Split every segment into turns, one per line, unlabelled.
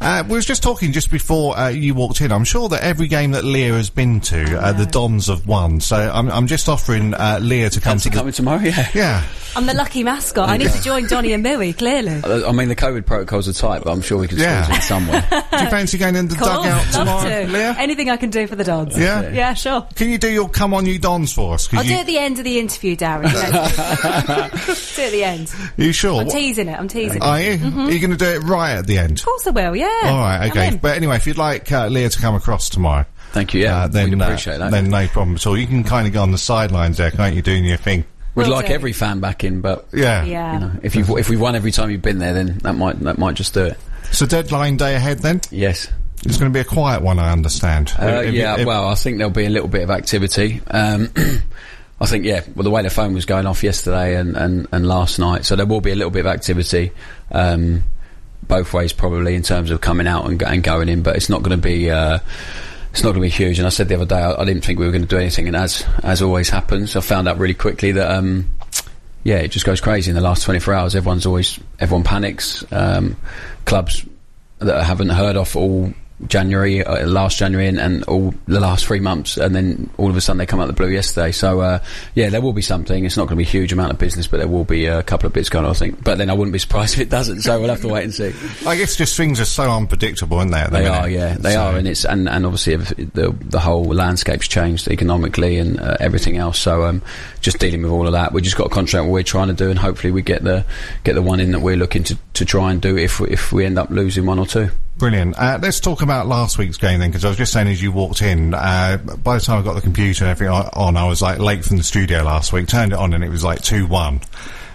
Uh, we was just talking just before uh, you walked in. I'm sure that every game that Leah has been to, uh, the Dons have won. So I'm, I'm just offering uh, Leah to come
Fancy
to the.
coming tomorrow, yeah.
Yeah.
I'm the lucky mascot. I need to join Donny and Millie, clearly.
Uh, I mean, the COVID protocols are tight, but I'm sure we can
Yeah.
squeeze in somewhere.
Do you fancy going in the
Cool.
dugout
Love
tomorrow,
to.
Leah?
Anything I can do for the dogs.
Yeah?
Yeah, sure.
Can you do your come on you Dons for us? 'Cause
I'll do
you,
it at the end of the interview, Darren. you know. do it at the end.
you sure?
I'm teasing it. I'm teasing it. Of
Are you? Are you going to do it right at the end?
course I will, yeah.
All right,
I'm
okay.
in.
But anyway, if you'd like uh, Leah to come across tomorrow,
Thank you, yeah.
uh, then
We'd
uh,
appreciate that.
Then no problem at all. You can kind of go on the sidelines there, can't you? Doing your thing.
We'd
Will
like
do.
every fan back in, but
Yeah.
Yeah.
you know, if you've if we've won every time you've been there, then that might that might just do it.
So deadline day ahead then.
Yes.
It's going to be a quiet one, I understand.
Uh,
If- if-
yeah,
if-
well, I think there'll be a little bit of activity. Um, I think, yeah, well, the way the phone was going off yesterday and, and, and last night, so there will be a little bit of activity um, both ways probably in terms of coming out and, go- and going in, but it's not going to be. Uh, it's not going to be huge, and I said the other day I, I didn't think we were going to do anything, and as as always happens, I found out really quickly that um, yeah, it just goes crazy in the last 24 hours. Everyone's always, everyone panics. Um, clubs that I haven't heard of all January, uh, last January, and, and all the last three months, and then all of a sudden they come out of the blue yesterday. So, uh, yeah, there will be something. It's not going to be a huge amount of business, but there will be a couple of bits going on, I think. But then I wouldn't be surprised if it doesn't, so we'll have to wait and see.
I guess just things are so unpredictable, aren't they? at the
They
minute?
are, yeah, they
So-
are, and it's and, and obviously if the the whole landscape's changed economically and uh, everything else. So um, just dealing with all of that, we just got a contract what we're trying to do, and hopefully we get the get the one in that we're looking to, to try and do if we, if we end up losing one or two.
Brilliant. Uh, let's talk about last week's game then, because I was just saying as you walked in, uh, by the time I got the computer and everything on- on, I was like late from the studio last week, turned it on and it was like 2 1.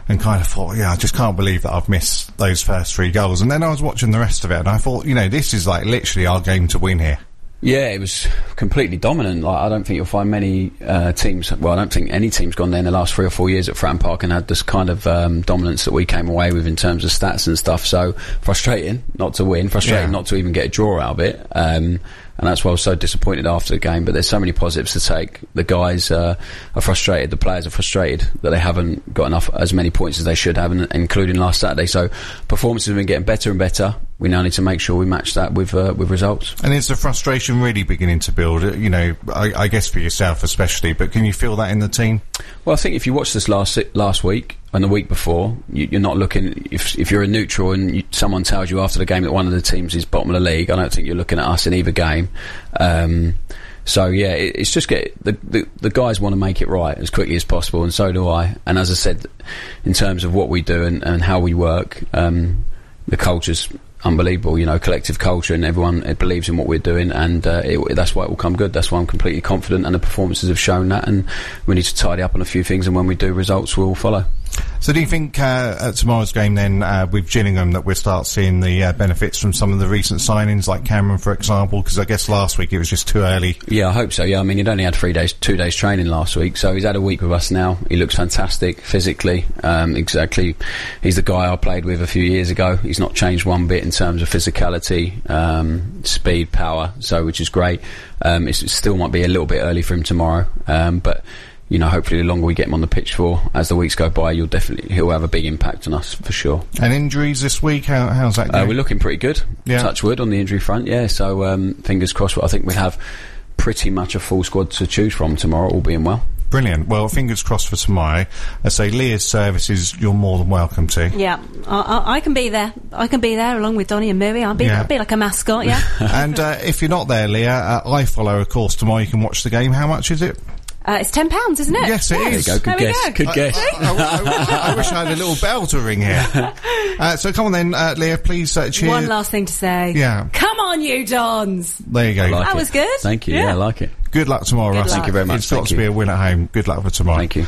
And kind of thought, yeah, I just can't believe that I've missed those first three goals. And then I was watching the rest of it and I thought, you know, this is like literally our game to win here.
Yeah, it was completely dominant. Like I don't think you'll find many uh, teams. Well, I don't think any team's gone there in the last three or four years at Fratton Park and had this kind of um, dominance that we came away with in terms of stats and stuff. So frustrating not to win, frustrating
Yeah.
not to even get a draw out of it. Um, and that's why I was so disappointed after the game. But there's so many positives to take. The guys uh, are frustrated. The players are frustrated that they haven't got enough as many points as they should have, and, including last Saturday. So performances have been getting better and better. We now need to make sure we match that with uh, with results.
And is the frustration really beginning to build, Uh, you know, I, I guess for yourself especially, but can you feel that in the team?
Well, I think if you watched this last last week and the week before, you, you're not looking. If if you're a neutral and you, someone tells you after the game that one of the teams is bottom of the league, I don't think you're looking at us in either game. Um, so yeah, it, it's just get the, the the guys want to make it right as quickly as possible, and so do I. And as I said, in terms of what we do and, and how we work, um, the culture's unbelievable. You know, collective culture, and everyone uh, believes in what we're doing, and uh, it, that's why it will come good. That's why I'm completely confident, and the performances have shown that. And we need to tidy up on a few things, and when we do, results will follow.
So do you think uh, at tomorrow's game then uh, with Gillingham that we'll start seeing the uh, benefits from some of the recent signings like Cameron for example because I guess last week it was just too early.
Yeah, I hope so. Yeah, I mean, he'd only had three days, two days training last week, so he's had a week with us now. He looks fantastic physically. Um, exactly, he's the guy I played with a few years ago. He's not changed one bit in terms of physicality, um, speed, power. So, which is great. Um, it's, it still might be a little bit early for him tomorrow, um, but you know, hopefully, the longer we get him on the pitch for, as the weeks go by, you'll definitely he'll have a big impact on us for sure.
And injuries this week, how, how's that
Uh,
going?
we're looking pretty good.
Yeah.
Touch wood on the injury front, yeah. So um, fingers crossed. I think we have pretty much a full squad to choose from tomorrow, all being well.
Brilliant. Well, fingers crossed for tomorrow. I say Leah's services, you're more than welcome to.
Yeah, I, I, I can be there. I can be there along with Donny and Murray. I'll be,
Yeah.
I'll be like a mascot, yeah.
and uh, if you're not there, Leah, uh, I follow, of course, tomorrow you can watch the game. How much is it?
Uh, it's ten pounds, isn't it?
Yes, it
Yeah.
is.
There you go. Good
There we
guess.
go.
Good guess.
I, I- I wish I had a little bell to ring here. Uh, so come on then, uh, Leah, please uh, cheer.
One last thing to say.
Yeah.
Come on, you dons.
there you go.
Like
That
it.
was good.
Thank you. Yeah,
Yeah.
I like it.
Good luck tomorrow,
Good
Russ.
luck. Thank you
very much.
It's got
Thank
to be
you.
a win at home. Good luck for tomorrow.
Thank you.